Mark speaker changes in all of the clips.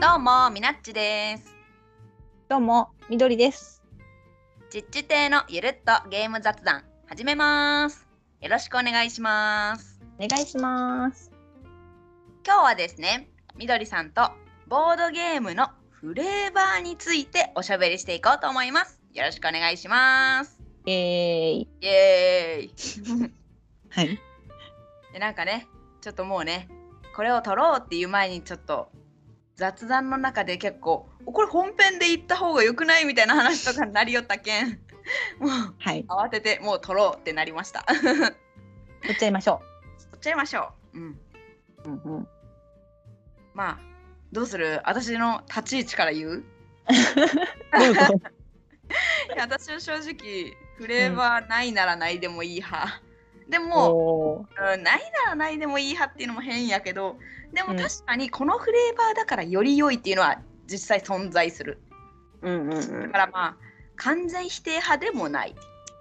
Speaker 1: どうもみなっちです
Speaker 2: どうも、みどりです。
Speaker 1: 実地亭のゆるっとゲーム雑談始めますよろしくお願いします
Speaker 2: お願いします。
Speaker 1: 今日はですねみどりさんとボードゲームのフレーバーについておしゃべりしていこうと思いますよろしくお願いします
Speaker 2: えーイ、
Speaker 1: イエーイ
Speaker 2: はい。
Speaker 1: でなんかねちょっともうねこれを撮ろうっていう前にちょっと雑談の中で結構おこれ本編で行った方が良くないみたいな話とかになりよったけん もう
Speaker 2: はい。
Speaker 1: 慌ててもう撮ろうってなりました
Speaker 2: 取っちゃいましょ
Speaker 1: 撮っちゃいましょう、うん、
Speaker 2: う。うんうん。
Speaker 1: まあどうする私の立ち位置から言 ういや私は正直フレーバーないならないでもいい派、でも
Speaker 2: おー
Speaker 1: うん、ないならないでもいい派っていうのも変やけどでも
Speaker 2: うん
Speaker 1: 確かにこのフレーバーだからより良いっていうのは実際存在する
Speaker 2: うんうんう
Speaker 1: だ
Speaker 2: ん。
Speaker 1: からまあ完全否定派でもない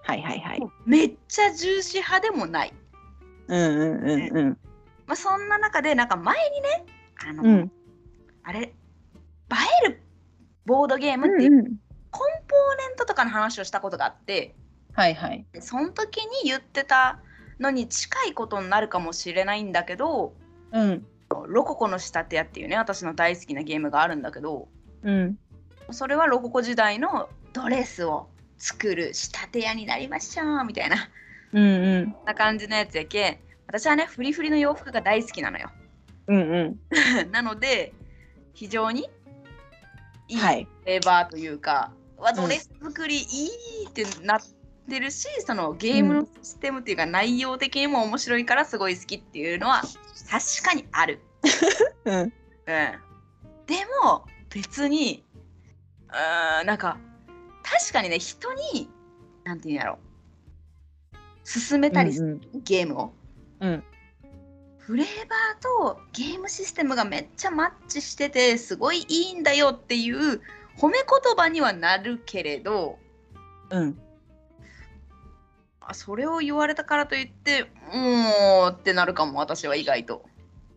Speaker 2: はいはいはい。
Speaker 1: めっちゃ重視派でもない、
Speaker 2: うんうんうんうん。
Speaker 1: まあ、そんな中でなんか前にねあの、
Speaker 2: うん。
Speaker 1: あれ映えるボードゲームっていう
Speaker 2: うんうん。
Speaker 1: コンポーネントとかの話をしたことがあって
Speaker 2: はいはい。
Speaker 1: でその時に言ってたのに近いことになるかもしれないんだけど
Speaker 2: うん。
Speaker 1: 「ロココの仕立て屋」っていうね私の大好きなゲームがあるんだけど
Speaker 2: うん。
Speaker 1: それはロココ時代のドレスを作る仕立て屋になりましょうみたいな
Speaker 2: うんうん。
Speaker 1: そんな感じのやつやけん私はねフリフリの洋服が大好きなのよ
Speaker 2: うんう
Speaker 1: なので非常にいい
Speaker 2: ん。はい。
Speaker 1: レバーというか、わ
Speaker 2: ん
Speaker 1: ドレス作りいいってなってるしそのゲームのシステムっていうか内容的にも面白いからすごい好きっていうのは確かにある。
Speaker 2: うん。
Speaker 1: うん、でも別にうーんなんか確かにね人になんて言うんやろ進めたりする、
Speaker 2: うん
Speaker 1: ゲームを、
Speaker 2: うん
Speaker 1: フレーバーとゲームシステムがめっちゃマッチしててすごいいいんだよっていう褒め言葉にはなるけれど
Speaker 2: うん。
Speaker 1: あそれを言われたからといってうーんってなるかも私は意外と。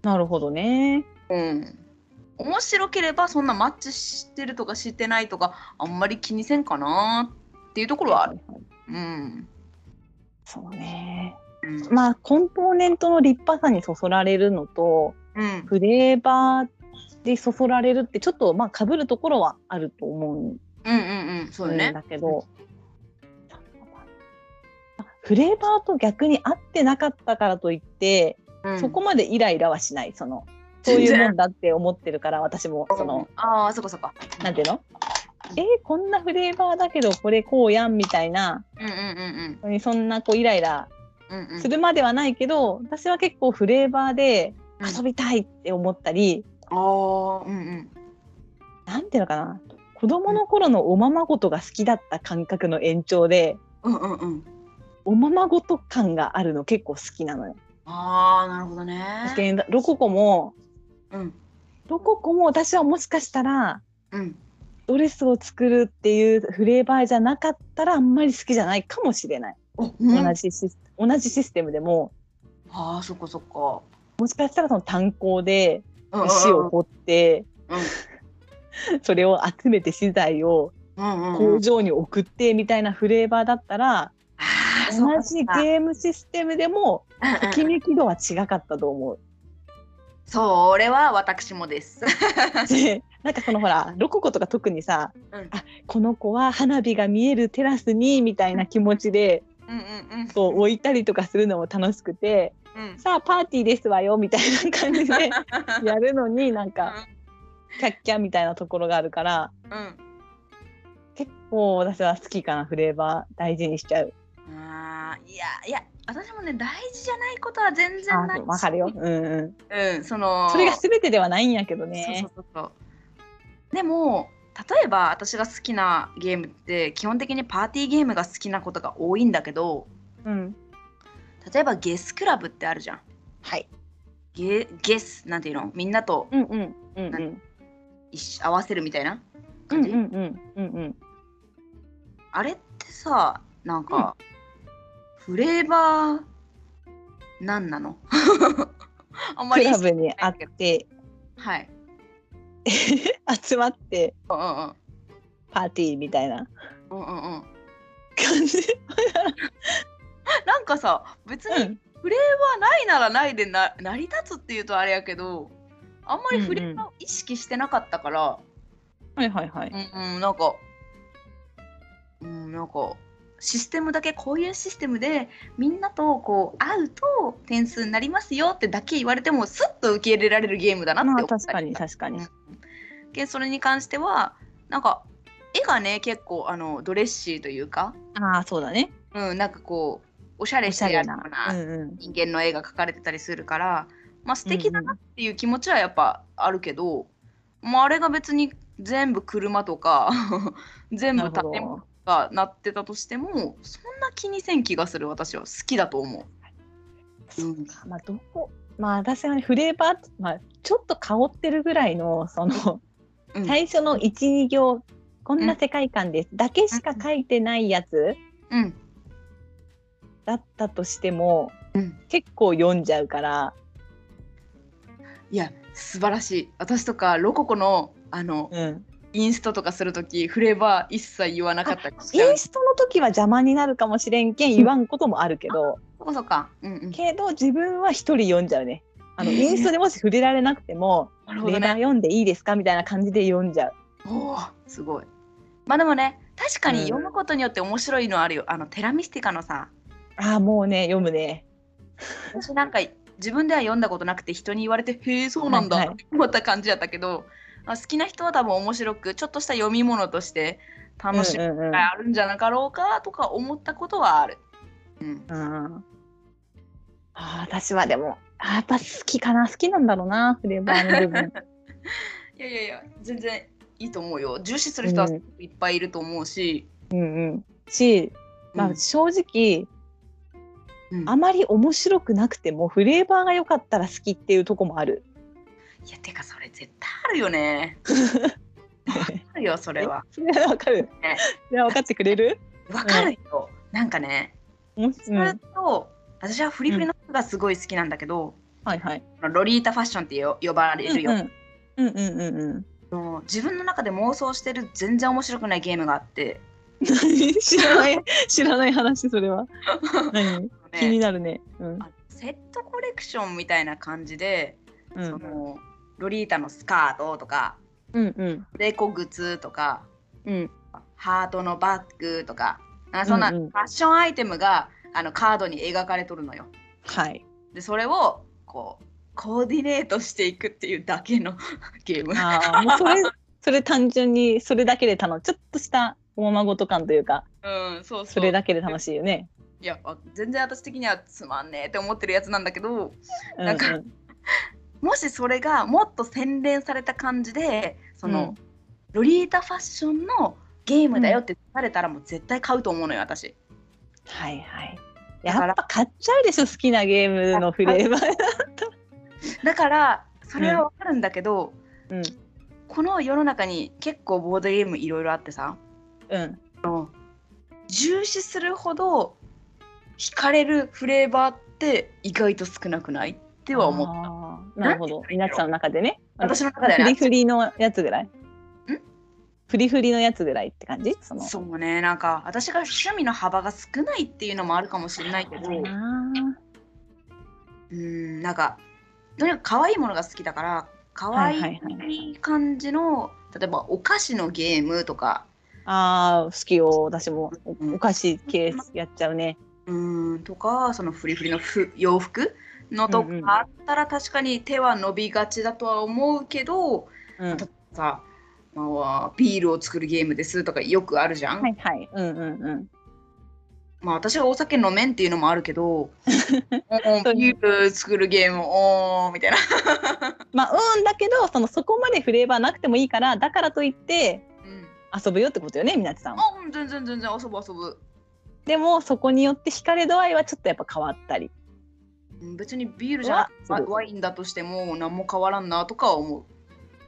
Speaker 2: なるほどね。
Speaker 1: うん面白ければそんなマッチしてるとかしてないとかあんまり気にせんかなっていうところはある。
Speaker 2: はいはい
Speaker 1: うん。
Speaker 2: そうね。
Speaker 1: うん。
Speaker 2: まあ、コンポーネントの立派さにそそられるのと、
Speaker 1: うん、
Speaker 2: フレーバーでそそられるって、ちょっとまあ、かぶるところはあると思うん
Speaker 1: うん、うんうん。そうよね
Speaker 2: だ。けど、フレーバーと逆に合ってなかったからといって、
Speaker 1: うん
Speaker 2: そこまでイライラはしないそのそういうもんだって思ってるから私もその
Speaker 1: ああ、そこそこ。
Speaker 2: なんていうのえーこんなフレーバーだけどこれこうやんみたいな
Speaker 1: うんうんうん
Speaker 2: そんなこうイライラ
Speaker 1: うん。うんうん。
Speaker 2: するまではないけど、私は結構フレーバーで遊びたいって思ったり、
Speaker 1: ああ、うんうん。
Speaker 2: なんていうのかな子供の頃のおままごとが好きだった感覚の延長で、
Speaker 1: うんうんうん。
Speaker 2: おままごと感があるの結構好きなのよ。
Speaker 1: ああ、なるほどね。
Speaker 2: けんロココも
Speaker 1: うん
Speaker 2: ロココも私はもしかしたら
Speaker 1: うん。
Speaker 2: ドレスを作るっていうフレーバーじゃなかったらあんまり好きじゃないかもしれない、
Speaker 1: お、うん、
Speaker 2: 同
Speaker 1: あ
Speaker 2: じシス同じシステムでも
Speaker 1: あ、そこそこ。
Speaker 2: もしかしたらその炭鉱で
Speaker 1: うんうん
Speaker 2: 石を掘って、
Speaker 1: うん
Speaker 2: それを集めて資材を
Speaker 1: うんうんう
Speaker 2: 工
Speaker 1: ん。
Speaker 2: 場に送ってみたいなフレーバーだったら、
Speaker 1: ああ、
Speaker 2: 同じゲームシステムでも とき
Speaker 1: ーム。
Speaker 2: めき度は違かったと思う。
Speaker 1: それは私もです。
Speaker 2: で なんかそのほらロココとか特にさ、
Speaker 1: うん
Speaker 2: あこの子は花火が見えるテラスにみたいな気持ちで
Speaker 1: うんうんうん。
Speaker 2: こう置いたりとかするのも楽しくて
Speaker 1: うん。
Speaker 2: さあパーティーですわよみたいな感 じでやるのになんかキャッキャみたいなところがあるから
Speaker 1: うん。
Speaker 2: 結構私は好きかなフレーバー大事にしちゃう。
Speaker 1: あーいやいや私もね大事じゃないことは全然ない
Speaker 2: あわかるよ、うんうん、
Speaker 1: うん、その
Speaker 2: それが全てではないんやけど
Speaker 1: ね
Speaker 2: ね
Speaker 1: そうそうそうそうでも例えば私が好きなゲームって基本的にパーティーゲームが好きなことが多いんだけど
Speaker 2: うん
Speaker 1: 例えばゲスクラブってあるじゃん
Speaker 2: はい
Speaker 1: ゲゲスなんていうのみんなと
Speaker 2: うんうんうんうん
Speaker 1: 一緒合わせるみたいな
Speaker 2: う
Speaker 1: 感
Speaker 2: ん
Speaker 1: じ、
Speaker 2: うんうんうんうん
Speaker 1: あれってさなんか、フレーバーなんなの あんま
Speaker 2: ク
Speaker 1: り
Speaker 2: ラブにあって
Speaker 1: はい
Speaker 2: 集まって
Speaker 1: うんうん
Speaker 2: パーティーみたいな
Speaker 1: うんうんうんうん
Speaker 2: 感じ。
Speaker 1: なんかさ別に
Speaker 2: うん
Speaker 1: はないならないでな成り立つっていうとあれやけどあんまり振りを意識してなかったから、
Speaker 2: はいはいはい。
Speaker 1: うんうん、なんか、うん、なんかシステムだけこういうシステムでみんなとこう会うと点数になりますよってだけ言われてもスッと受け入れられるゲームだなって
Speaker 2: ま
Speaker 1: 思
Speaker 2: あ
Speaker 1: ったり
Speaker 2: 確かに確かに。
Speaker 1: けそれに関してはなんか絵がね結構あのドレッシーというか、
Speaker 2: ああそうだね。
Speaker 1: うん、なんかこうおしゃれ
Speaker 2: お
Speaker 1: し
Speaker 2: しゃ
Speaker 1: てや
Speaker 2: れ
Speaker 1: るよ
Speaker 2: な
Speaker 1: うな。
Speaker 2: うんうん。
Speaker 1: 人間の絵が描かれてたりするから、まあ素敵だ
Speaker 2: うんう
Speaker 1: なんっていう気持ちはやっぱあるけど、もうあれが別に全部車とか 全
Speaker 2: な
Speaker 1: 部
Speaker 2: る
Speaker 1: 建
Speaker 2: ほ
Speaker 1: 物
Speaker 2: ど。
Speaker 1: がなってたとしてもそんな気にせん気がする私は好きだと思う。うん
Speaker 2: まあどこまあ私はねフレーバーまあちょっと香ってるぐらいのその
Speaker 1: うん
Speaker 2: 最初の12行こんな世界観ですだけしか書いてないやつ
Speaker 1: うん
Speaker 2: だったとしても
Speaker 1: うん
Speaker 2: 結構読んじゃうから。
Speaker 1: いや素晴らしい私とかロココのあの
Speaker 2: うん。
Speaker 1: インストとかする時フレーバー一切言わなかったりし
Speaker 2: イ
Speaker 1: ちゃう
Speaker 2: ンストの時は邪魔になるかもしれんけん言わんこともあるけど。
Speaker 1: そこそか、うんうん、
Speaker 2: けど自分は一人読んじゃうね。あの
Speaker 1: えー
Speaker 2: インストでもし触れられなくても、
Speaker 1: なる
Speaker 2: レバー読んでいいですかみたいな感じで読んじゃう。
Speaker 1: おおすごいまあでもね確かに
Speaker 2: うん
Speaker 1: 読むことによって面白いのあるよ、あのテラミスティカのさ
Speaker 2: ああもうね読むね。
Speaker 1: 私なんか自分では読んだことなくて人に言われて「へえそうなんだ」
Speaker 2: はいはい
Speaker 1: って思った感じやったけど、まあ、好きな人は多分面白くちょっとした読み物として楽しみ
Speaker 2: うんうんうん
Speaker 1: があるんじゃなかろうかとか思ったことはある。うん、
Speaker 2: うんあー私はでもあーやっぱ好きかな好きなんだろうなフレーバーの部 分。
Speaker 1: いやいやいや全然いいと思うよ重視する人は
Speaker 2: うん
Speaker 1: いっぱいいると思うし、
Speaker 2: うんうん、し、ま
Speaker 1: うん
Speaker 2: あ、正直、
Speaker 1: うん
Speaker 2: あまり面白くなくてもフレーバーが良かったら好きっていうとこもあ る。
Speaker 1: いやてかそれ絶対あるよねあるよそれは
Speaker 2: それはわかる
Speaker 1: ね。
Speaker 2: それは分かってくれる？
Speaker 1: わかるよ、なんかね
Speaker 2: うん、
Speaker 1: それと、私はフリフリの服がすごい好きなんだけど、
Speaker 2: はいはい。
Speaker 1: ロリータファッションってよ呼ばれるよ、
Speaker 2: うんうんうんうんうん。
Speaker 1: もう自分の中で妄想してる全然面白くないゲームがあって、
Speaker 2: 何 知 らない知らない話それは何気
Speaker 1: ね
Speaker 2: になるね、うん
Speaker 1: あセットコレクションみたいな感じで、
Speaker 2: うん、
Speaker 1: そのロリータのスカートとか
Speaker 2: うんうん
Speaker 1: レコ靴とか
Speaker 2: うん
Speaker 1: ハートのバッグとかなんかそんな
Speaker 2: う
Speaker 1: フ
Speaker 2: んうん
Speaker 1: ァッションアイテムがあのカードに描かれとるのよ。
Speaker 2: はい
Speaker 1: でそれをこうコーディネートしていくっていうだけの ゲーム。
Speaker 2: あーもうそれそれ単純にそれだけで楽ちょっとしたおままごと感というか
Speaker 1: うん、そうそう
Speaker 2: それだけで楽しいよね、
Speaker 1: いやあ全然私的にはつまんねえって思ってるやつなんだけど
Speaker 2: うんうん、
Speaker 1: なんかもしそれがもっと洗練された感じでその、ロリータファッションのゲームだよって出されたらもう絶対買うと思うのよ私。
Speaker 2: はいはい
Speaker 1: だから
Speaker 2: やっぱ買っちゃうでしょ好きなゲームのフレーバー、
Speaker 1: だからそれはわかるんだけど、
Speaker 2: うん
Speaker 1: この世の中に結構ボードゲームいろいろあってさ
Speaker 2: うん、
Speaker 1: 重視するほど惹かれるフレーバーって意外と少なくないっては思う。
Speaker 2: うなるほど皆さんの中でね
Speaker 1: 私の中では
Speaker 2: フ
Speaker 1: ね
Speaker 2: リフリのやつぐらいフリフリのやつぐらいって感じその
Speaker 1: そうねなんか私が趣味の幅が少ないっていうのもあるかもしれないけどう
Speaker 2: あー
Speaker 1: んなんかとにかく可愛いものが好きだから可
Speaker 2: はいはい
Speaker 1: 愛
Speaker 2: はい
Speaker 1: い感じの例えばお菓子のゲームとか
Speaker 2: ああ、好きよ。私もお
Speaker 1: うん
Speaker 2: お菓子系やっちゃうね。
Speaker 1: うんとかそのフリフリのふ洋服のと
Speaker 2: うんうん
Speaker 1: かあったら確かに手は伸びがちだとは思うけど
Speaker 2: うん、
Speaker 1: 例えばさ、まあ、ビールを作るゲームですとかよくあるじゃん、
Speaker 2: はいはい。うんうんうん。
Speaker 1: まあ私はお酒飲めんっていうのもあるけ どうん
Speaker 2: そう
Speaker 1: ビール作るゲームおーみたいな
Speaker 2: まあ、うんだけど、そのそこまでフレーバーなくてもいいから、だからといって
Speaker 1: うん、
Speaker 2: 遊ぶよってことよね、みなちさんは。
Speaker 1: あうん全然全然遊ぶ遊ぶ
Speaker 2: でも、そこによって惹かれ度合いはちょっとやっぱ変わったり。
Speaker 1: うん別にビールじゃ
Speaker 2: うわ
Speaker 1: な
Speaker 2: す
Speaker 1: い
Speaker 2: ごい
Speaker 1: ワインだとしても何も変わらんなとかは思う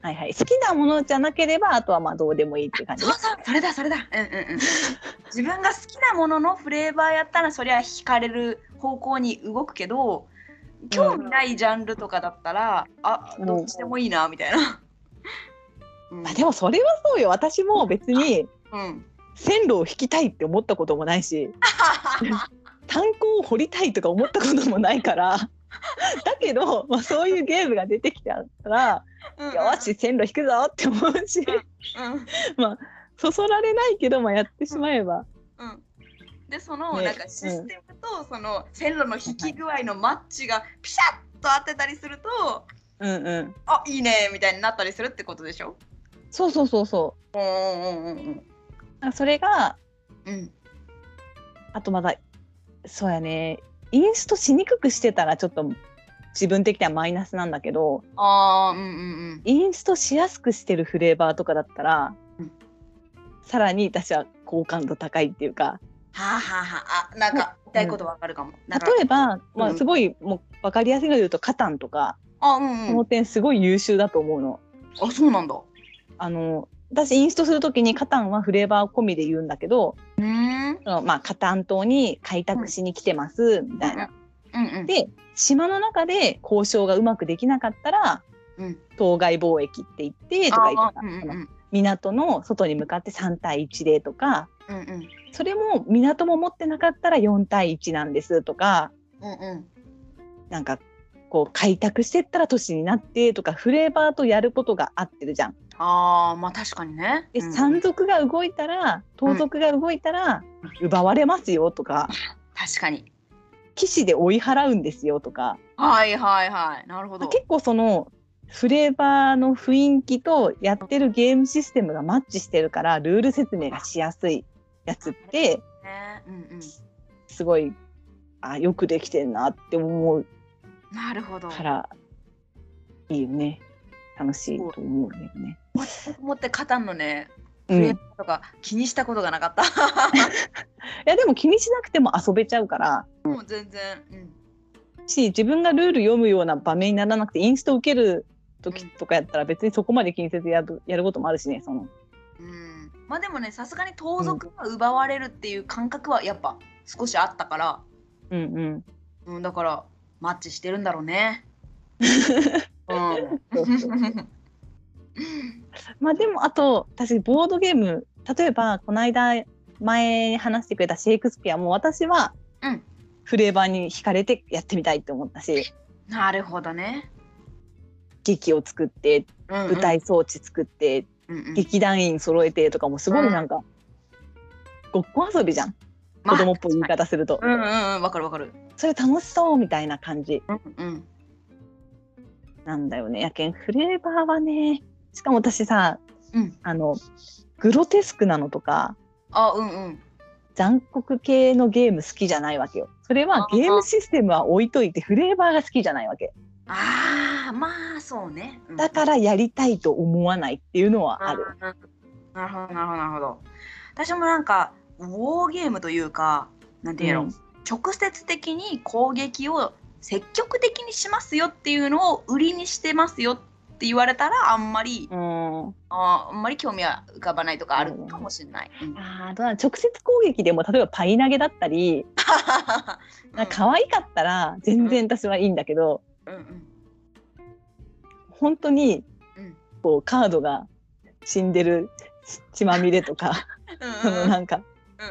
Speaker 2: はいはい。好きなものじゃなければ、あとはまあどうでもいいっていう感じ
Speaker 1: そう
Speaker 2: ね。
Speaker 1: そうそれだそれだうんうんうん自分が好きなもののフレーバーやったらそりゃ惹かれる方向に動くけど興味ないジャンルとかだったら、あ
Speaker 2: うん
Speaker 1: どっちでもいいなみたいなうん
Speaker 2: まあでもそれはそうよ私も別に
Speaker 1: うん、
Speaker 2: 線路を引きたいって思ったこともない し炭鉱を掘りたいとか思ったこともないからだけど、まあ、そういうゲームが出てきたら
Speaker 1: うん
Speaker 2: よし、線路引くぞって思うし
Speaker 1: うん
Speaker 2: そそられないけど、まあ、やってしまえば
Speaker 1: うん、でその、
Speaker 2: ね
Speaker 1: なんかシステムとその線路の引き具合のマッチがピシャッと当てたりすると
Speaker 2: うんうん
Speaker 1: あいいねみたいになったりするってことでしょ
Speaker 2: そうそうそうそ
Speaker 1: うんうんうんうん
Speaker 2: うそれが
Speaker 1: うん
Speaker 2: あとまだそうやねインストしにくくしてたらちょっと自分的にはマイナスなんだけど
Speaker 1: ああうんうん
Speaker 2: インストしやすくしてるフレーバーとかだったら、
Speaker 1: うん
Speaker 2: さらに私は好感度高いっていうか
Speaker 1: はあ、はあはあ、あなんか言いたいことわかるかも、
Speaker 2: 例
Speaker 1: だから
Speaker 2: えば、ま
Speaker 1: う
Speaker 2: あ、
Speaker 1: ん
Speaker 2: すごいもう分かりやすいので言うと「カタン」とか、
Speaker 1: あうん
Speaker 2: こ
Speaker 1: う
Speaker 2: の
Speaker 1: ん
Speaker 2: 点すごい優秀だと思うの。
Speaker 1: あそうなんだう
Speaker 2: あの私インストする時に「カタン」はフレーバー込みで言うんだけど
Speaker 1: ーん
Speaker 2: 「そのまあ、カタン島に開拓しに来てます」みたいな。
Speaker 1: うんうん
Speaker 2: で島の中で交渉がうまくできなかったら
Speaker 1: うん
Speaker 2: 当該貿易って言ってとか言
Speaker 1: あ
Speaker 2: っ
Speaker 1: ーうんうんう
Speaker 2: た
Speaker 1: ん
Speaker 2: 港の外に向かって3対1でとか
Speaker 1: うんうん
Speaker 2: それも港も持ってなかったら4対1なんですとか
Speaker 1: うんうん
Speaker 2: なんかこう開拓してったら都市になってとかフレーバーとやることが合ってるじゃん。
Speaker 1: ああまあ確かにね
Speaker 2: で
Speaker 1: うん
Speaker 2: 山賊が動いたら盗賊が動いたら奪われますよとか
Speaker 1: 確かに
Speaker 2: 騎士で追い払うんですよとか、
Speaker 1: はいはいはいなるほ
Speaker 2: まあ
Speaker 1: ど
Speaker 2: 結構そのフレーバーの雰囲気とやってるゲームシステムがマッチしてるからルール説明がしやすいやつって
Speaker 1: ねうんうん
Speaker 2: すごいあよくできてんなって思う
Speaker 1: なるほど。
Speaker 2: からいいよね楽しいと思うよね。
Speaker 1: 思ってカタンのね、
Speaker 2: う
Speaker 1: フ
Speaker 2: ん、
Speaker 1: レ
Speaker 2: い
Speaker 1: ームとか気にしたことがなかった。
Speaker 2: やでも気にしなくても遊べちゃうから
Speaker 1: もう全然。うん。
Speaker 2: し自分がルール読むような場面にならなくてインスト受ける時とかやったら別にそこまで気にせずやるやることもあるしねその
Speaker 1: うん、まあでもね、さすがに盗賊が奪われるっていう感覚はやっぱ少しあったから、
Speaker 2: うんうん
Speaker 1: うん、だからマッチしてるんだろう ね。うん。
Speaker 2: そうそう まあでもあと私ボードゲーム例えばこの間前話してくれたシェイクスピアも私は
Speaker 1: うん
Speaker 2: フレーバーに惹かれてやってみたいって思ったし
Speaker 1: なるほどね。
Speaker 2: 劇を作って
Speaker 1: うんうん
Speaker 2: 舞、台装置作って
Speaker 1: うんうん
Speaker 2: 劇団員揃えてとかもすごいなんかごっこ遊びじゃん子供っぽい言い。方すると
Speaker 1: まあうんうんうん、わかるわかる。
Speaker 2: それ楽しそうみたいな感じ
Speaker 1: うんうん。
Speaker 2: なんだよねやけんフレーバーはねしかも私さ
Speaker 1: うん。
Speaker 2: あのグロテスクなのとか
Speaker 1: あ、うんうん。
Speaker 2: 残酷系のゲーム好きじゃないわけよそれは
Speaker 1: あー
Speaker 2: ゲームシステムは置いといてフレーバーが好きじゃないわけ
Speaker 1: ああ、まあそうね。うん
Speaker 2: だからやりたいと思わないっていうのはある
Speaker 1: あーなるほどなるほどなるほど。私もなんかウォーゲームというかなんていうの、
Speaker 2: うん
Speaker 1: 直接的に攻撃を積極的にしますよっていうのを売りにしてますよって言われたらあんまり、
Speaker 2: うん
Speaker 1: あーあんまり興味は浮かばないとかあるかもしれない。うん
Speaker 2: あーどうなの直接攻撃でも例えばパイ投げだったりなんか可愛かったら全然私はいいんだけど、
Speaker 1: うんうん
Speaker 2: 本当に
Speaker 1: うん
Speaker 2: こうカードが死んでる血まみれとか
Speaker 1: うん
Speaker 2: そ のなんか
Speaker 1: う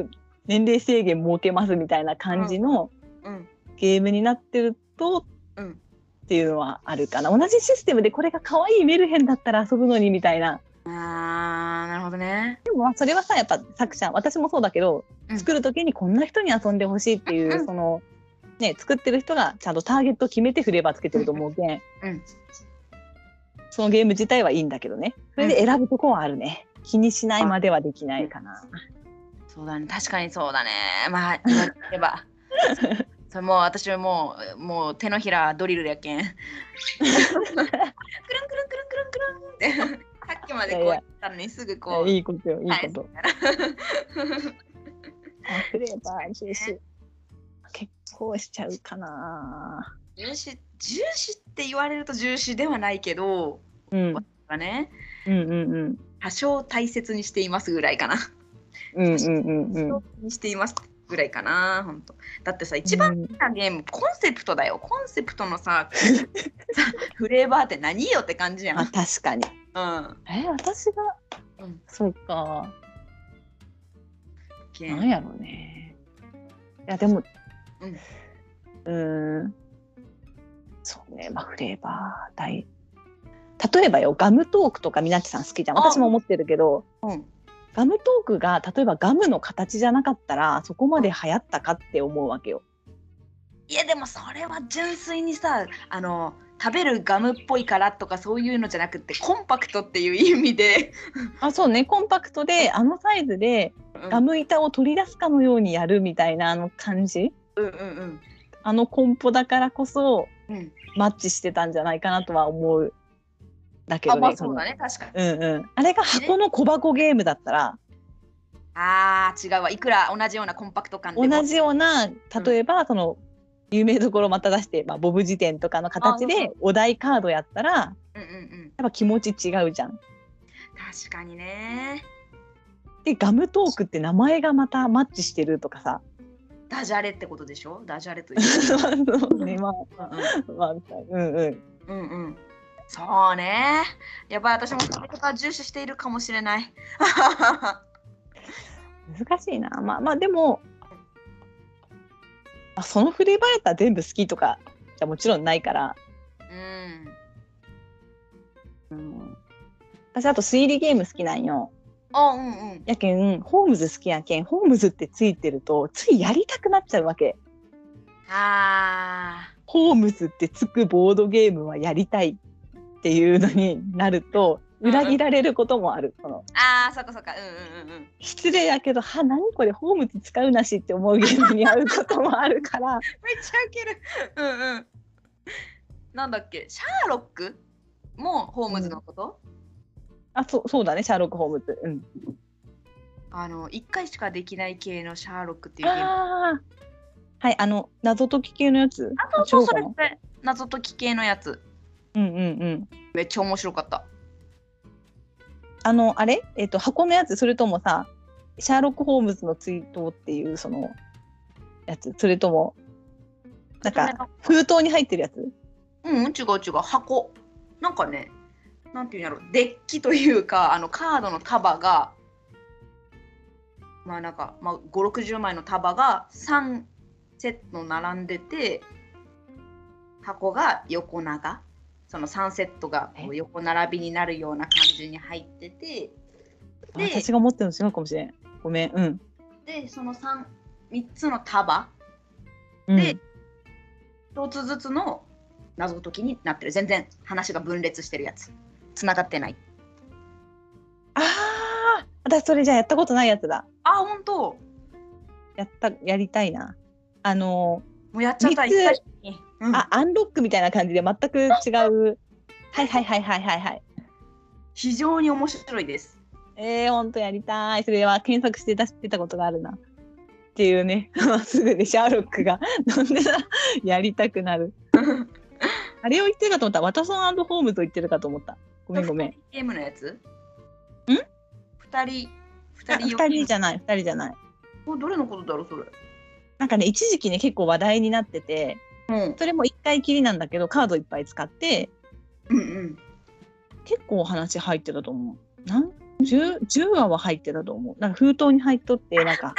Speaker 1: ん
Speaker 2: 年齢制限設けますみたいな感じの
Speaker 1: うんうん
Speaker 2: ゲームになってると、
Speaker 1: うん
Speaker 2: っていうのはあるかな同じシステムでこれが可愛いメルヘンだったら遊ぶのにみたいな
Speaker 1: うん。ああなるほどね。
Speaker 2: でもまあそれはさやっぱ作者私もそうだけど、
Speaker 1: うん
Speaker 2: 作る時にこんな人に遊んでほしいっていう、
Speaker 1: うん
Speaker 2: そのね作ってる人がちゃんとターゲットを決めてフレーバーつけてると思うけん、
Speaker 1: うん
Speaker 2: そのゲーム自体はいいんだけどねそれで選ぶとこはあるね気にしないまではできないかな、
Speaker 1: そうだね確かにそうだねまあ言われれ ばそれもう私はもうもう手のひらドリルやけんくるんくるんくるんくるんくるんってさっきまでこうや
Speaker 2: いやいや
Speaker 1: ったのにすぐこう
Speaker 2: いいことよいいこと、あフレーバー重視結構しちゃうかな
Speaker 1: 重視重視って言われると重視ではないけど
Speaker 2: うん
Speaker 1: がね
Speaker 2: うんうんうん
Speaker 1: 多少大切にしていますぐらいかな、
Speaker 2: うんうんうんう
Speaker 1: 多少
Speaker 2: ん
Speaker 1: にしていますぐらいかな本当だってさ一番
Speaker 2: うん
Speaker 1: 好きなゲームコンセプト だよコンセプトのささフレーバーって何よって感じやん
Speaker 2: あ確かに
Speaker 1: うん。
Speaker 2: え私が、
Speaker 1: うん
Speaker 2: そうか
Speaker 1: け
Speaker 2: なんやろうねいやでも
Speaker 1: うん
Speaker 2: うんんそうねまあフレーバー大例えばよガムトークとかみなきさん好きじゃん
Speaker 1: あ
Speaker 2: 私も思ってるけど
Speaker 1: うん。
Speaker 2: ガムトークが例えばガムの形じゃなかったらそこまで流行ったかって思うわけよ。
Speaker 1: いやでもそれは純粋にさあの食べるガムっぽいからとかそういうのじゃなくてコンパクトっていう意味で、
Speaker 2: あそうねコンパクトであのサイズで
Speaker 1: うん、
Speaker 2: ガム板を取り出すかのようにやるみたいなあの感じ
Speaker 1: うんうん
Speaker 2: あのコンポだからこそ
Speaker 1: うんうん
Speaker 2: マッチしてたんじゃないかなとは思うだけど
Speaker 1: あ
Speaker 2: ね,、
Speaker 1: まあそうだね確かに
Speaker 2: うんうん、あれが箱の小箱ゲームだったら
Speaker 1: あー違うわいくら同じようなコンパクト感でも
Speaker 2: 同じような例えばその有名どころまた出して、まあ、ボブ辞典とかの形
Speaker 1: あそう
Speaker 2: で
Speaker 1: そ
Speaker 2: お題カードやったらやっ
Speaker 1: うんうんうん
Speaker 2: ぱ気持ち違うじゃん。
Speaker 1: 確かにね
Speaker 2: でガムトークって名前がまたマッチしてるとかさ
Speaker 1: ダジャレってことでしょダジャレという
Speaker 2: そうねまあま
Speaker 1: う
Speaker 2: あまあうんうん
Speaker 1: んうんうんうんそうねやばい私もそれとか重視しているかもしれない
Speaker 2: 難しいなまあまあでも、まあ、そのフレーバーやったら全部好きとかじゃもちろんないから
Speaker 1: うん
Speaker 2: 私あと推理ゲーム好きなんよ。
Speaker 1: あうんうん
Speaker 2: やけんホームズ好きやけんホームズってついてるとついやりたくなっちゃうわけ
Speaker 1: あー
Speaker 2: ホームズってつくボードゲームはやりたいっていうのになると
Speaker 1: うん
Speaker 2: 裏切られることもある、その
Speaker 1: あーそっかそっかうんうんうんうん
Speaker 2: 失礼やけどは何これホームズ使うなしって思うゲームに合うこともあるか
Speaker 1: め
Speaker 2: ら
Speaker 1: っちゃウケる。うんうん。なんだっけ、シャーロックもホームズのこと、
Speaker 2: あそうそうだねシャーロック・ホームズ、うん、
Speaker 1: あの、1回しかできない系のシャーロックっていうゲーム。
Speaker 2: ああはいあの謎解き系のやつ
Speaker 1: あ、そうそう、それ
Speaker 2: 違うかな
Speaker 1: って謎解き系のやつ。
Speaker 2: うんうんうん
Speaker 1: めっちゃ面白かった。
Speaker 2: あのあれ、えっと箱のやつそれともさシャーロック・ホームズの追悼っていうそのやつそれともなんか封筒に入ってるやつ
Speaker 1: うん、違う違う、箱。なんかね、なんていうんやろ、デッキというか、あの、カードの束が、まあなんか、まあ、5、60枚の束が3セット並んでて、箱が横長。その3セットがこう横並びになるような感じに入ってて、で
Speaker 2: 私が持ってるの違うかもしれんごめんうん、
Speaker 1: で、その3、3つの束、
Speaker 2: うん、
Speaker 1: で1つずつの謎解きになってる。全然話が分裂してるやつ。繋がってない。
Speaker 2: ああ私それじゃあやったことないやつだ
Speaker 1: あ、本当。
Speaker 2: やったやりたいなあの
Speaker 1: もうやっちゃった。
Speaker 2: 三つ
Speaker 1: 一回しかにうん
Speaker 2: あアンロックみたいな感じで全く違うはいはいはいはいはいはい
Speaker 1: 非常に面白いです。
Speaker 2: えー、ほんとやりたいそれは検索して出してたことがあるなっていうね すぐでシャーロックがなんでだやりたく なるあれを言ってるかと思った。ワトソンホームズを言ってるかと思った。ごめんごめん。
Speaker 1: ゲームのやつ？ん？二人二
Speaker 2: あ
Speaker 1: 人
Speaker 2: 二人じゃない、二人じゃない。
Speaker 1: これどれのことだろうそれ？
Speaker 2: なんかね、一時期ね、結構話題になってて、
Speaker 1: うん
Speaker 2: それも一回きりなんだけど、カードいっぱい使って、
Speaker 1: うんうん。
Speaker 2: 結構お話入ってたと思う。なん10 10話は入ってたと思う。なんか封筒に入っとって、なんか
Speaker 1: あ、あ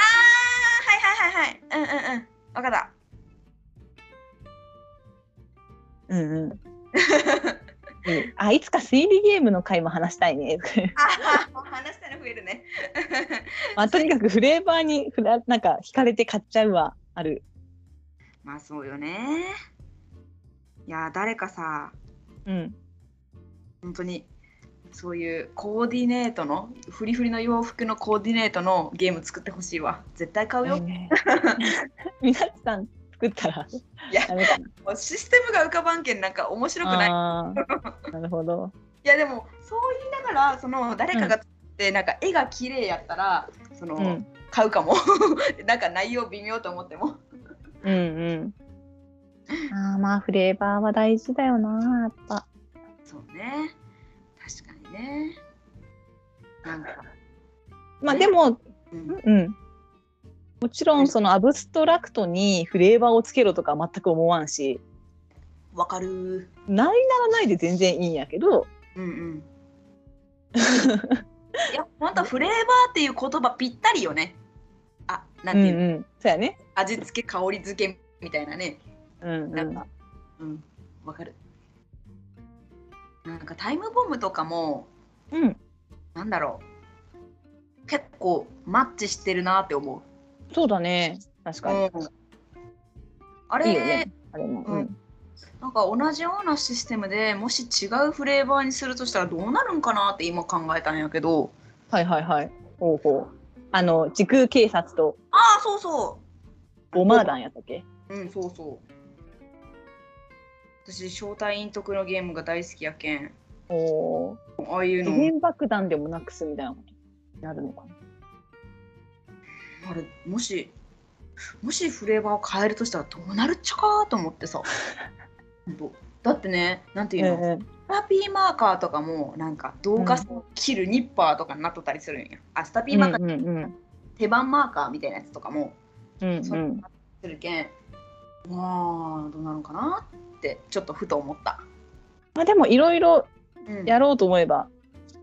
Speaker 1: はいはいはいはい。うんうんうん。わか った。
Speaker 2: うんうん。うんあ、いつか推理ゲームの回も話したいね。
Speaker 1: あー、話したら増えるね。
Speaker 2: まあ、とにかくフレーバーにふら、なんか惹かれて買っちゃうはある。
Speaker 1: まあそうよね。いやー誰かさ
Speaker 2: うん。
Speaker 1: 本当にそういうコーディネートのフリフリの洋服のコーディネートのゲーム作ってほしいわ。絶対買うよ。
Speaker 2: みなちさん作ったら、
Speaker 1: いや
Speaker 2: ダメかな。
Speaker 1: もうシステムが浮かばんけんなんか面白くない。
Speaker 2: あーなるほ ど。
Speaker 1: いやでもそう言いながらその誰かが作ってなんか絵が綺麗やったらその、
Speaker 2: うん、
Speaker 1: 買うかも なんか内容微妙と思っても
Speaker 2: うん、うん。ああ、まあ、フレーバーは大事だよな、やっぱ。
Speaker 1: そうね確かにねなんか、
Speaker 2: まあ、でも、
Speaker 1: うん、
Speaker 2: うん。もちろん、そのアブストラクトにフレーバーをつけろとかは全く思わんし、
Speaker 1: わかる
Speaker 2: ないならないで全然いいんやけど、
Speaker 1: うんうんいや本当フレーバーっていう言葉ぴったりよねあなんて
Speaker 2: うん
Speaker 1: いううの、
Speaker 2: ん。そうやね。
Speaker 1: 味付け香り付けみたいなね
Speaker 2: うん、う
Speaker 1: なん
Speaker 2: ん。
Speaker 1: かうんわかるなんかタイムボムとかも
Speaker 2: うん。
Speaker 1: なんだろう結構マッチしてるなって思う
Speaker 2: そうだね。確かに。
Speaker 1: うんあれ
Speaker 2: いいよね。あれも。
Speaker 1: う
Speaker 2: うんん。
Speaker 1: なんか同じようなシステムでもし違うフレーバーにするとしたらどうなるんかなって今考えたんやけど
Speaker 2: はいはいはい。ほうほう。あの、時空警察と
Speaker 1: ああそうそ
Speaker 2: ボマーダンやったっけ
Speaker 1: ううんそうそう私正体陰徳のゲームが大好きやけん
Speaker 2: おお
Speaker 1: ああい
Speaker 2: ー。
Speaker 1: う
Speaker 2: 時
Speaker 1: の
Speaker 2: 限爆弾でもなくすみたいなことになるのかな。
Speaker 1: あれもしもしフレーバーを変えるとしたらどうなるっちゃかと思って さほんとだってねなんていうの、
Speaker 2: うん
Speaker 1: スタピーマーカーとかもなんか動画を切るニッパーとかになっとったりするんや、あスタピーマーカー、
Speaker 2: うんうん
Speaker 1: 手番マーカーみたいなやつとかも
Speaker 2: うんうん
Speaker 1: そ
Speaker 2: うん。
Speaker 1: するけんまあどうなのかなってちょっとふと思った、
Speaker 2: まあでもいろいろ
Speaker 1: うん、
Speaker 2: やろうと思えば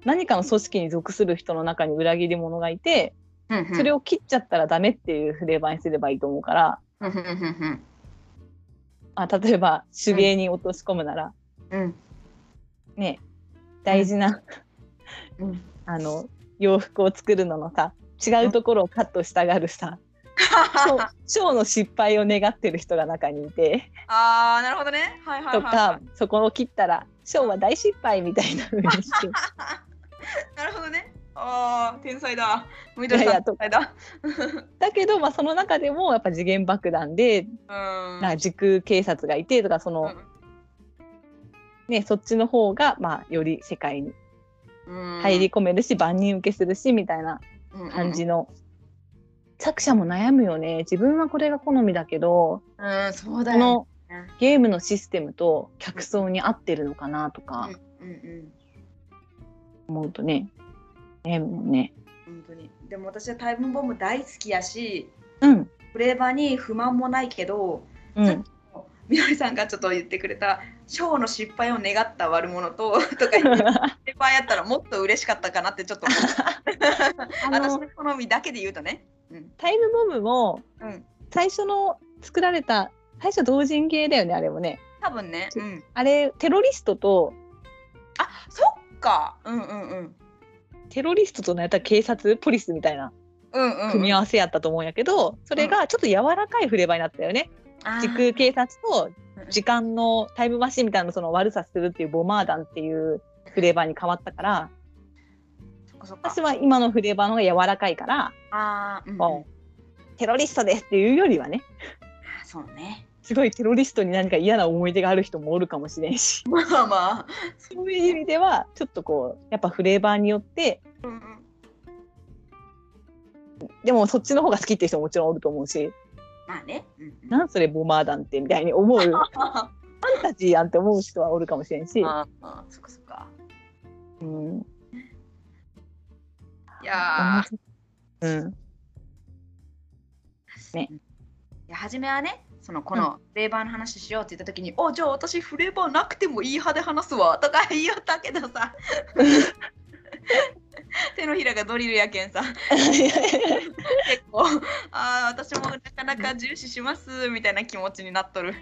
Speaker 2: 何かの組織に属する人の中に裏切り者がいてそれ
Speaker 1: を
Speaker 2: を切っちゃったらダメっていうフレーバーにすればいいと思うから
Speaker 1: うんうんうん
Speaker 2: あ例えば手芸に落とし込むなら
Speaker 1: うん
Speaker 2: ね大事な
Speaker 1: うん
Speaker 2: あの洋服を作るののさ違うところをカットしたが るさショーの失敗を願ってる人が中にいて
Speaker 1: あーなるほどねはいはい
Speaker 2: と
Speaker 1: はいは
Speaker 2: かそこを切ったらショーは大失敗みたいな風にして
Speaker 1: いなるほどねああ天才だ緑
Speaker 2: いや
Speaker 1: さ
Speaker 2: いや
Speaker 1: ん
Speaker 2: と
Speaker 1: 天才だ
Speaker 2: だけど、まあ、その中でもやっぱ次元爆弾
Speaker 1: う
Speaker 2: で
Speaker 1: ん
Speaker 2: なんか時空警察がいてとかその。ね、そっちの方が、まあ、より世界に
Speaker 1: うん
Speaker 2: 入り込めるし、万人受けするしみたいな感じの、作者も悩むよね自分はこれが好みだけど
Speaker 1: うんうんうんそうだ
Speaker 2: こ
Speaker 1: よ
Speaker 2: のゲームのシステムと客層に合ってるのかなとか
Speaker 1: ねうんうん
Speaker 2: 思うとね、悩むもんね。
Speaker 1: 本当にでも私はタイムボム大好きやし
Speaker 2: うん、
Speaker 1: フレーバーに不満もないけど
Speaker 2: うん、
Speaker 1: みのりさんがちょっと言ってくれた「ショーの失敗を願った悪者と」 とか言ってフレーバーやったらもっと嬉しかったかなってちょっと思った
Speaker 2: あ
Speaker 1: 私
Speaker 2: の
Speaker 1: の好みだけで言うとね。うん
Speaker 2: タイムボムも
Speaker 1: うん、
Speaker 2: 最初の作られた最初同人芸だよねあれもね
Speaker 1: 多分ね、うん、
Speaker 2: あれテロリストと
Speaker 1: あそっかうんうんうん
Speaker 2: テロリストとのやったら警察ポリスみたいな
Speaker 1: うんうんうん
Speaker 2: 組み合わせやったと思うんやけど、それがちょっと柔らかいフレーバーになったよね、
Speaker 1: あー
Speaker 2: 時空警察と時間のタイムマシンみたいなのその悪さするっていうボマーダンっていうフレーバーに変わったから
Speaker 1: そっかそっか
Speaker 2: 私は今のフレーバーの方が柔らかいから、
Speaker 1: あー、うん
Speaker 2: もうテロリストですっていうよりはね
Speaker 1: あそうね
Speaker 2: すごいテロリストに何か嫌な思い出がある人もおるかもしれん し
Speaker 1: まあまあ
Speaker 2: そういう意味ではちょっとこうやっぱフレーバーによって
Speaker 1: うんうん
Speaker 2: でもそっちの方が好きっていう人ももちろんおると思うし
Speaker 1: まあねうんうん
Speaker 2: なんそれボマーダンってみたいに思うファ
Speaker 1: あ
Speaker 2: ンタジーやんって思う人はおるかもしれんし。
Speaker 1: ーあーそっかそっか
Speaker 2: うん
Speaker 1: いやー
Speaker 2: うん、
Speaker 1: いや初めはねそのこのフレーバーの話しようって言った時に「おじゃあ私フレーバーなくてもいい派で話すわ」とか言いよったけど さ手のひらがドリルやけんさ結構「ああ私もなかなか重視します」みたいな気持ちになっとる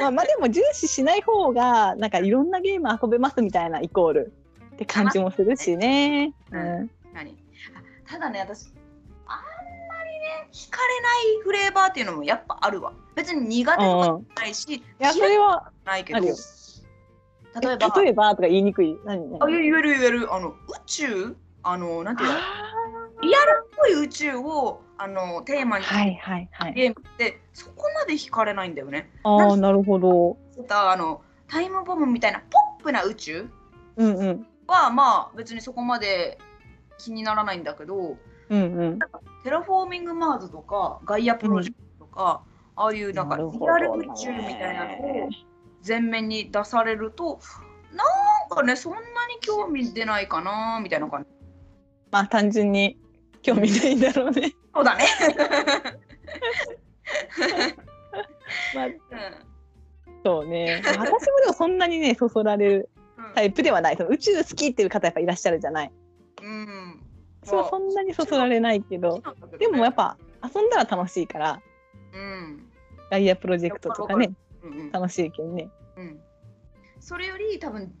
Speaker 2: まあ、まあでも重視しない方がなんかいろんなゲーム運べますみたいなイコールって感じもするしね。うん、
Speaker 1: 何あただね私あんまりね惹かれないフレーバーっていうのもやっぱあるわ別に苦手とか
Speaker 2: うん、い
Speaker 1: ないし
Speaker 2: や
Speaker 1: 嫌
Speaker 2: そ
Speaker 1: いじ
Speaker 2: れは
Speaker 1: ゃないけ
Speaker 2: あ
Speaker 1: ど
Speaker 2: るよ。
Speaker 1: 例えば
Speaker 2: 例えばとか言いにくい。何
Speaker 1: あ
Speaker 2: 何
Speaker 1: いや言える言えるあの宇宙あのなんていうの
Speaker 2: あ
Speaker 1: リアルっぽい宇宙をあのテーマ
Speaker 2: ー
Speaker 1: に
Speaker 2: はいはいはい。
Speaker 1: ゲームってそこまで惹かれないんだよね。
Speaker 2: ああなるほど。
Speaker 1: またあのタイムボムみたいなポップな宇宙
Speaker 2: うんうん
Speaker 1: はまあ別にそこまで気にならないんだけど
Speaker 2: うんうん。
Speaker 1: テラフォーミングマーズとかガイアプロジェクトとか、ああいうなんか
Speaker 2: な
Speaker 1: リ
Speaker 2: るほ
Speaker 1: ア
Speaker 2: どね
Speaker 1: ル宇宙みたいなのを前面に出されるとなんかねそんなに興味出ないかなみたいな感じ。
Speaker 2: まあ単純に興味ないんだろうね。
Speaker 1: そうだね。
Speaker 2: まあ
Speaker 1: うん
Speaker 2: そうね。私もでもそんなにねそそられる
Speaker 1: うん
Speaker 2: タイプではないその宇宙好きっていう方やっぱいらっしゃるじゃない
Speaker 1: うん。
Speaker 2: それはそんなにそそられないけどでもやっ、ぱ遊んだら楽しいから
Speaker 1: うん。
Speaker 2: ガイアプロジェクトとかね
Speaker 1: うんうん
Speaker 2: 楽しいけんね
Speaker 1: うん、それより多分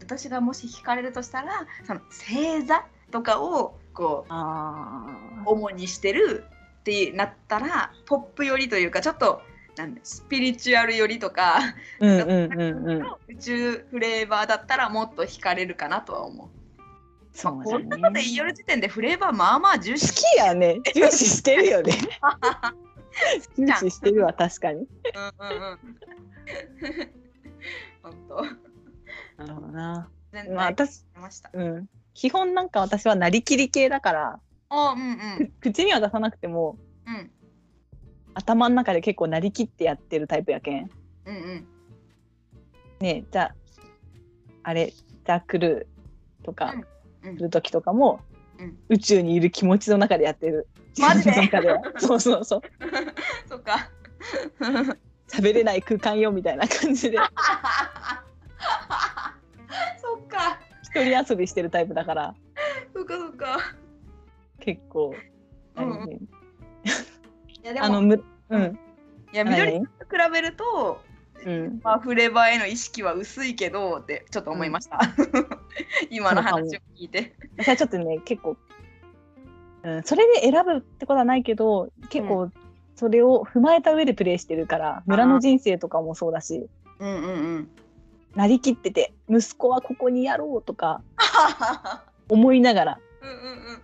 Speaker 1: 私がもし惹かれるとしたらその星座とかをこう
Speaker 2: あ
Speaker 1: 主にしてるってなったらポップ寄りというかちょっとなんだスピリチュアル寄りとか、
Speaker 2: うんうんうんうん
Speaker 1: 宇宙フレーバーだったらもっと惹かれるかなとは思う。
Speaker 2: そう
Speaker 1: こ
Speaker 2: だ
Speaker 1: んなこと
Speaker 2: ね
Speaker 1: 言える時点でフレーバーまあまあ重
Speaker 2: 好
Speaker 1: 視
Speaker 2: きやね重視してるよね重視して るわ確かに
Speaker 1: うんうん うん。本当。
Speaker 2: なるほどな
Speaker 1: 全然
Speaker 2: まあ
Speaker 1: あり
Speaker 2: 私
Speaker 1: ました。
Speaker 2: うん基本なんか私はなりきり系だから
Speaker 1: あうんうん
Speaker 2: く口には出さなくても
Speaker 1: うん
Speaker 2: 頭の中で結構なりきってやってるタイプやけん
Speaker 1: うんうん
Speaker 2: ねじゃああれじゃあ来るとか
Speaker 1: うん
Speaker 2: 来。る時とかも、
Speaker 1: うん
Speaker 2: 宇宙にいる気持ちの中でやってる
Speaker 1: マ ジで
Speaker 2: 自分の中ではそうそうそう
Speaker 1: そっか。
Speaker 2: 喋れない空間よみたいな 感じで
Speaker 1: そっか。
Speaker 2: 一人遊びしてるタイプだから
Speaker 1: そっかそっか。
Speaker 2: 結構あ
Speaker 1: う
Speaker 2: れ
Speaker 1: んうん、い
Speaker 2: ね、
Speaker 1: やで
Speaker 2: あの
Speaker 1: も、
Speaker 2: むうん
Speaker 1: いや、緑と比べると、
Speaker 2: うん
Speaker 1: まあ、フレーバーへの意識は薄いけどってちょっと思いました。 今の話を聞いて。
Speaker 2: 私はちょっとね結構、うん、それで選ぶってことはないけど結構それを踏まえた上でプレイしてるから村の人生とかもそうだし
Speaker 1: うんうんうん。
Speaker 2: なりきってて息子はここにやろうとか思いながら
Speaker 1: うんうんうん。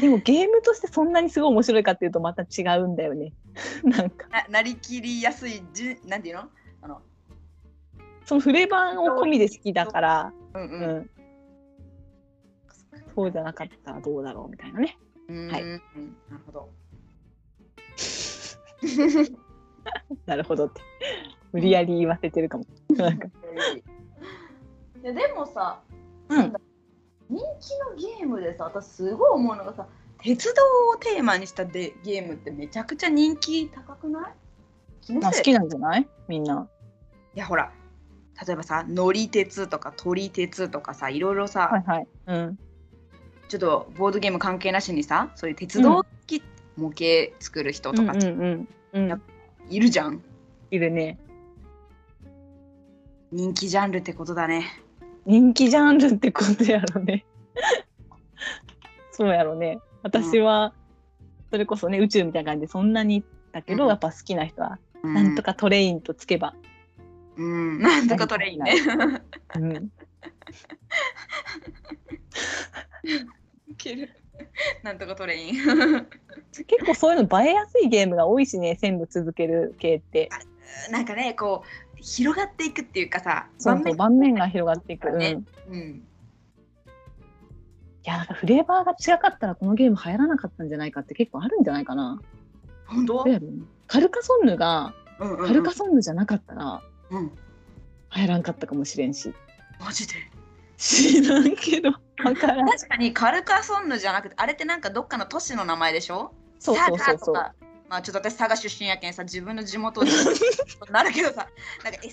Speaker 2: でもゲームとしてそんなにすごい面白いかっていうとまた違うんだよね なんか
Speaker 1: ななりきりやすいじゅなんていうのあの
Speaker 2: そのフレーバーを込みで好きだから、
Speaker 1: うん
Speaker 2: う
Speaker 1: うんん、
Speaker 2: そうじゃなかったらどうだろうみたいなね
Speaker 1: うん
Speaker 2: はい
Speaker 1: うんなるほど
Speaker 2: なるほどって無理やり言わせてるかもなんか
Speaker 1: いやでもさ
Speaker 2: うん
Speaker 1: 人気のゲームでさ私すごい思うのがさ鉄道をテーマにしたでゲームってめちゃくちゃ人気高くない気の
Speaker 2: まあ
Speaker 1: せ
Speaker 2: 好
Speaker 1: い
Speaker 2: きなんじゃないみんな。
Speaker 1: いやほら例えばさ乗り鉄とか撮り鉄とかさいろいろさ、
Speaker 2: はいはい。うん。
Speaker 1: ちょっとボードゲーム関係なしにさそういう鉄道好き、模型作る人とか
Speaker 2: うんうんうんうん。
Speaker 1: いるじゃん
Speaker 2: いるね。
Speaker 1: 人気ジャンルってことだね
Speaker 2: 人気ジャンルってことやろね。 そうやろね。私は、それこそね、宇宙みたいな感じでそんなにだけど、
Speaker 1: うん
Speaker 2: やっぱ好きな人は、
Speaker 1: うん
Speaker 2: なんとかトレインとつけば。
Speaker 1: うんなんとかトレインね
Speaker 2: うん。
Speaker 1: いけるなんとかトレイン
Speaker 2: 結構そういうの映えやすいゲームが多いしね、全部続ける系って。
Speaker 1: なんかねこう広がっていくっていうかさ
Speaker 2: そうそう、盤面が広がっていく。
Speaker 1: そう
Speaker 2: う
Speaker 1: だ
Speaker 2: ん。
Speaker 1: ね
Speaker 2: い
Speaker 1: うん
Speaker 2: や、なんかフレーバーが違かったらこのゲーム流行らなかったんじゃないかって結構あるんじゃないかな。
Speaker 1: 本当
Speaker 2: どうやろうねカルカソンヌが、
Speaker 1: うんうん
Speaker 2: カルカソンヌじゃなかったら、
Speaker 1: うん
Speaker 2: 流行らんかったかもしれんし
Speaker 1: マジで
Speaker 2: 知らんけど分からん
Speaker 1: 確かにカルカソンヌじゃなくてあれってなんかどっかの都市の名前でしょ
Speaker 2: そうそうそう
Speaker 1: 佐賀と
Speaker 2: そう
Speaker 1: かまあちょっと私佐賀出身やけんさ自分の地元 になるけどさなんか SAGA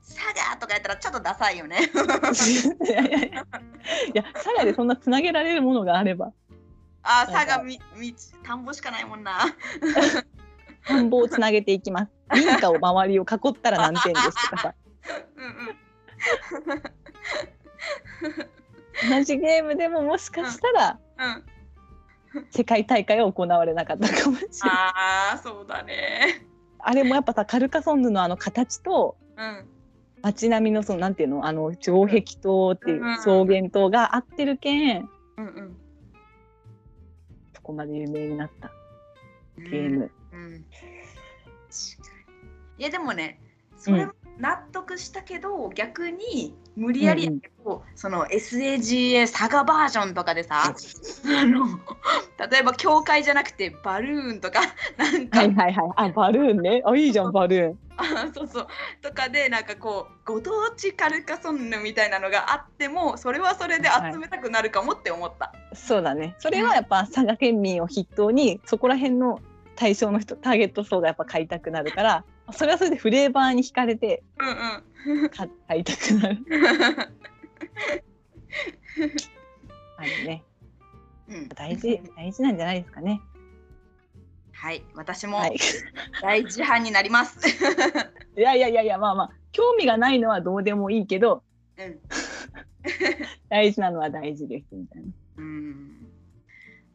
Speaker 1: 佐賀とかやったらちょっとダサいよね
Speaker 2: いやいやいやいや佐賀でそんなつなげられるものがあれば
Speaker 1: あー
Speaker 2: なん
Speaker 1: 佐
Speaker 2: か
Speaker 1: 賀みみ田んぼしかないもんな
Speaker 2: 田んぼをつなげていきます民家を周りを囲ったら何点ですとかさ
Speaker 1: うんうん
Speaker 2: 同じゲームでももしかしたら
Speaker 1: うん
Speaker 2: 世界大会は行われなかったかもしれない
Speaker 1: ああそうだね
Speaker 2: あれもやっぱさカルカソンヌのあの形と
Speaker 1: うん
Speaker 2: 街並みのそのなんていうのあの城壁塔っていう
Speaker 1: うん
Speaker 2: 草原塔が合ってるけん
Speaker 1: うんうん
Speaker 2: そこまで有名になったゲーム
Speaker 1: うんいやでもねそれも納得したけど、逆に無理やりやけど、その SAGA 佐賀バージョンとかでさあの例えば教会じゃなくてバルーンとか なんか、
Speaker 2: はいはいはいあバルーンねあいいじゃんバルーン
Speaker 1: あそうそうとかでなんかこうご当地カルカソンヌみたいなのがあってもそれはそれで集めたくなるかもって思った。
Speaker 2: そうだね。それはやっぱ佐賀県民を筆頭にそこら辺の対象の人ターゲット層がやっぱ買いたくなるから、それはそれでフレーバーに惹かれて
Speaker 1: うんうん。
Speaker 2: 買買いたくなる あのね
Speaker 1: うん
Speaker 2: 大事大事なんじゃないですかね
Speaker 1: はい、私も
Speaker 2: はい
Speaker 1: 第一班になります。
Speaker 2: いやいやいやいやまあまあ興味がないのはどうでもいいけど
Speaker 1: うん
Speaker 2: 大事なのは大事ですみたいな
Speaker 1: うん。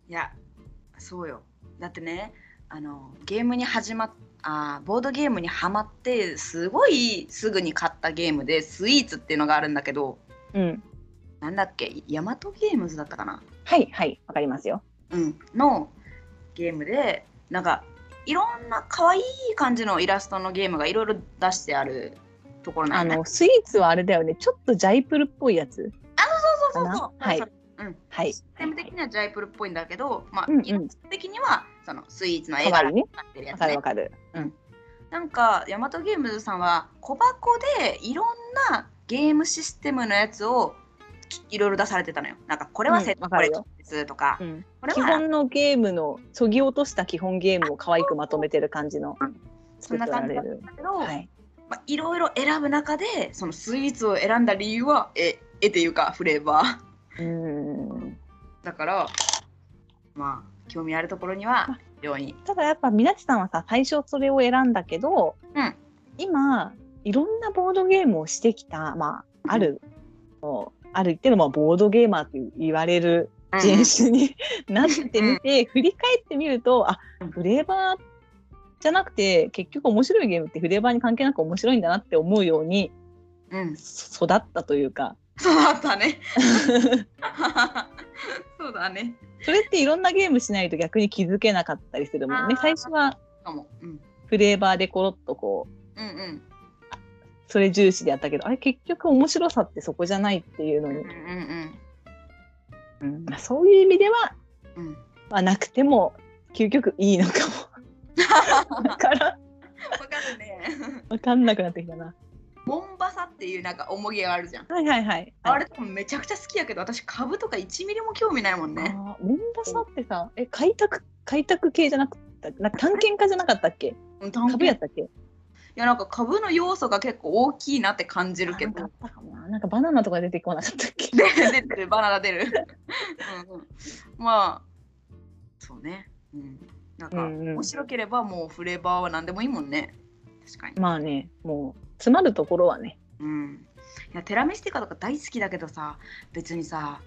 Speaker 1: いや、そうよ。だってね、あのゲームに始まっあーボードゲームにはまってすごいすぐに買ったゲームでスイーツっていうのがあるんだけど
Speaker 2: うん
Speaker 1: なんだっけヤマトゲームズだったかな、
Speaker 2: はいはいわかりますよ
Speaker 1: うん、のゲームでなんかいろんな可愛い感じのイラストのゲームがいろいろ出してあるところな
Speaker 2: あ
Speaker 1: んだ
Speaker 2: のスイーツはあれだよねちょっとジャイプルっぽいやつ
Speaker 1: そうそうそう
Speaker 2: かなはい
Speaker 1: それうん
Speaker 2: はい
Speaker 1: システム的にはジャイプルっぽいんだけど、まあ、
Speaker 2: うんうん
Speaker 1: 技術的にはそのスイーツの絵
Speaker 2: わ
Speaker 1: 柄
Speaker 2: か
Speaker 1: に
Speaker 2: るね
Speaker 1: なってるや
Speaker 2: わ
Speaker 1: つ
Speaker 2: かる
Speaker 1: ね
Speaker 2: わ。かる
Speaker 1: なんかヤマトゲームズさんは小箱でいろんなゲームシステムのやつをきいろいろ出されてたのよ。なんかこれはセッ
Speaker 2: うんわ
Speaker 1: ト
Speaker 2: か
Speaker 1: こ
Speaker 2: る
Speaker 1: れ
Speaker 2: よ
Speaker 1: ですとか、
Speaker 2: うん
Speaker 1: これ
Speaker 2: 基
Speaker 1: は
Speaker 2: 本のゲームのそぎ落とした基本ゲームを可愛くまとめてる感じの
Speaker 1: うんそ
Speaker 2: 作
Speaker 1: んな
Speaker 2: って
Speaker 1: 感
Speaker 2: ら
Speaker 1: じ
Speaker 2: れ
Speaker 1: だった
Speaker 2: る
Speaker 1: んだけど、
Speaker 2: はい
Speaker 1: まあ、いろいろ選ぶ中でそのスイーツを選んだ理由は絵絵っていうかフレーバー。
Speaker 2: うーん
Speaker 1: だからまあ興味あるところにはように。
Speaker 2: ただやっぱみなちさんはさ最初それを選んだけど、
Speaker 1: うん
Speaker 2: 今いろんなボードゲームをしてきたまあある、ある一定のまあボードゲーマーって言われる人種に なってみて、振り返ってみるとあ
Speaker 1: うん
Speaker 2: フレーバーじゃなくて結局面白いゲームってフレーバーに関係なく面白いんだなって思うように
Speaker 1: うん、うん、
Speaker 2: そ育ったというか
Speaker 1: そうだった ね。そうだね。
Speaker 2: それっていろんなゲームしないと逆に気づけなかったりするもんね
Speaker 1: あー
Speaker 2: 最初は
Speaker 1: かも。うん。
Speaker 2: フレーバーでコロッとこう
Speaker 1: うんうん。
Speaker 2: それ重視でやったけどあれ結局面白さってそこじゃないっていうの
Speaker 1: うん
Speaker 2: に
Speaker 1: う、ん
Speaker 2: うんまあ、そういう意味では、
Speaker 1: うん。うん。
Speaker 2: まあ、なくても究極いいのかもだから
Speaker 1: わかるね。
Speaker 2: 分かんなくなってきたな
Speaker 1: モンバサっていうなんか重げがあるじゃん。
Speaker 2: はいはいはい
Speaker 1: あれとかもめちゃくちゃ好きやけど、私株とか1ミリも興味ないもん
Speaker 2: あ
Speaker 1: ね。
Speaker 2: ーモンバサってさえ開拓開拓系じゃなくったなんか探検家じゃなかったっけ
Speaker 1: うん、
Speaker 2: 株や
Speaker 1: い
Speaker 2: ったっけ
Speaker 1: やなんか株の要素が結構大きいなって感じるけ
Speaker 2: あな
Speaker 1: ど
Speaker 2: んか。あったかもななんかバナナとか出てこなかったっけ
Speaker 1: 出てる、バナナ出る。うんうん、まあ、そうね。うん。なんか、
Speaker 2: うんうん
Speaker 1: 面白ければもうフレーバーは何でもいいもんね。確かに。
Speaker 2: まあねもう詰まるところはね
Speaker 1: うん。いや、テラミスティカとか大好きだけどさ、別にさ、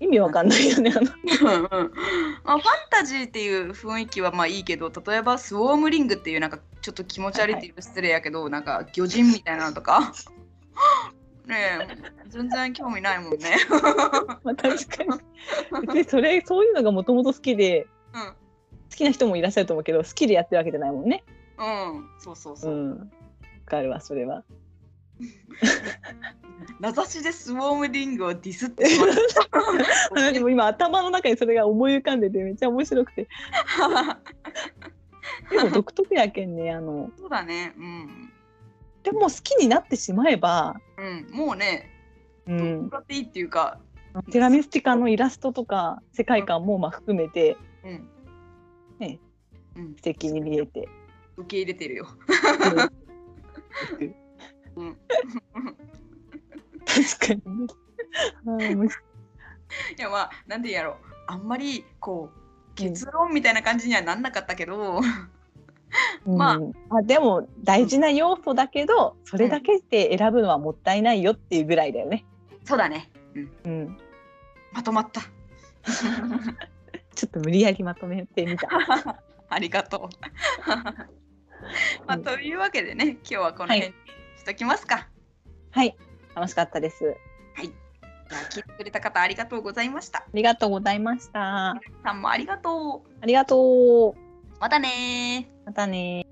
Speaker 2: 意味わかんないよ ねあの
Speaker 1: うんうんまあ、ファンタジーっていう雰囲気はまあいいけど例えばスウォームリングっていうなんかちょっと気持ち悪いっていう失礼やけど、なんか魚人みたいなのとか ねえ全然興味ないもんね、
Speaker 2: まあ確かに別にそれそういうのがもともと好きで好きな人もいらっしゃると思うけど好きでやってるわけじゃないもんね
Speaker 1: うん、うん、そうそうそうう、
Speaker 2: んわかるわそれは
Speaker 1: 名指しでスウォームリングをディスってしまっ
Speaker 2: でも今頭の中にそれが思い浮かんでてめっちゃ面白くて
Speaker 1: た
Speaker 2: でも独特やけんねあの
Speaker 1: そうだねうん、
Speaker 2: でも好きになってしまえば
Speaker 1: うん、もうね
Speaker 2: う
Speaker 1: ど
Speaker 2: ん
Speaker 1: うだっていいっていうか、
Speaker 2: テラミスティカのイラストとか世界観もまあ含めて
Speaker 1: うん
Speaker 2: ね
Speaker 1: うん
Speaker 2: 素、敵に見えて、
Speaker 1: 受け入れてるよ
Speaker 2: うん 確かにね。あー面白い
Speaker 1: いやまあなんて言うんやろあんまりこう結論みたいな感じにはなんなかったけど、まあ
Speaker 2: うんあでも大事な要素だけど、それだけで選ぶのはもったいないよっていうぐらいだよね。
Speaker 1: そうだね
Speaker 2: うん、
Speaker 1: まとまった
Speaker 2: ちょっと無理やりまとめてみた。
Speaker 1: ありがとう、 まあ、
Speaker 2: うん
Speaker 1: というわけでね今日はこの辺にしときますか、
Speaker 2: はい、楽しかったです。
Speaker 1: じゃあ聞いてくれた方ありがとうございました
Speaker 2: ありがとうございました。
Speaker 1: さんもありがとう
Speaker 2: ありがとう。
Speaker 1: またねー
Speaker 2: またね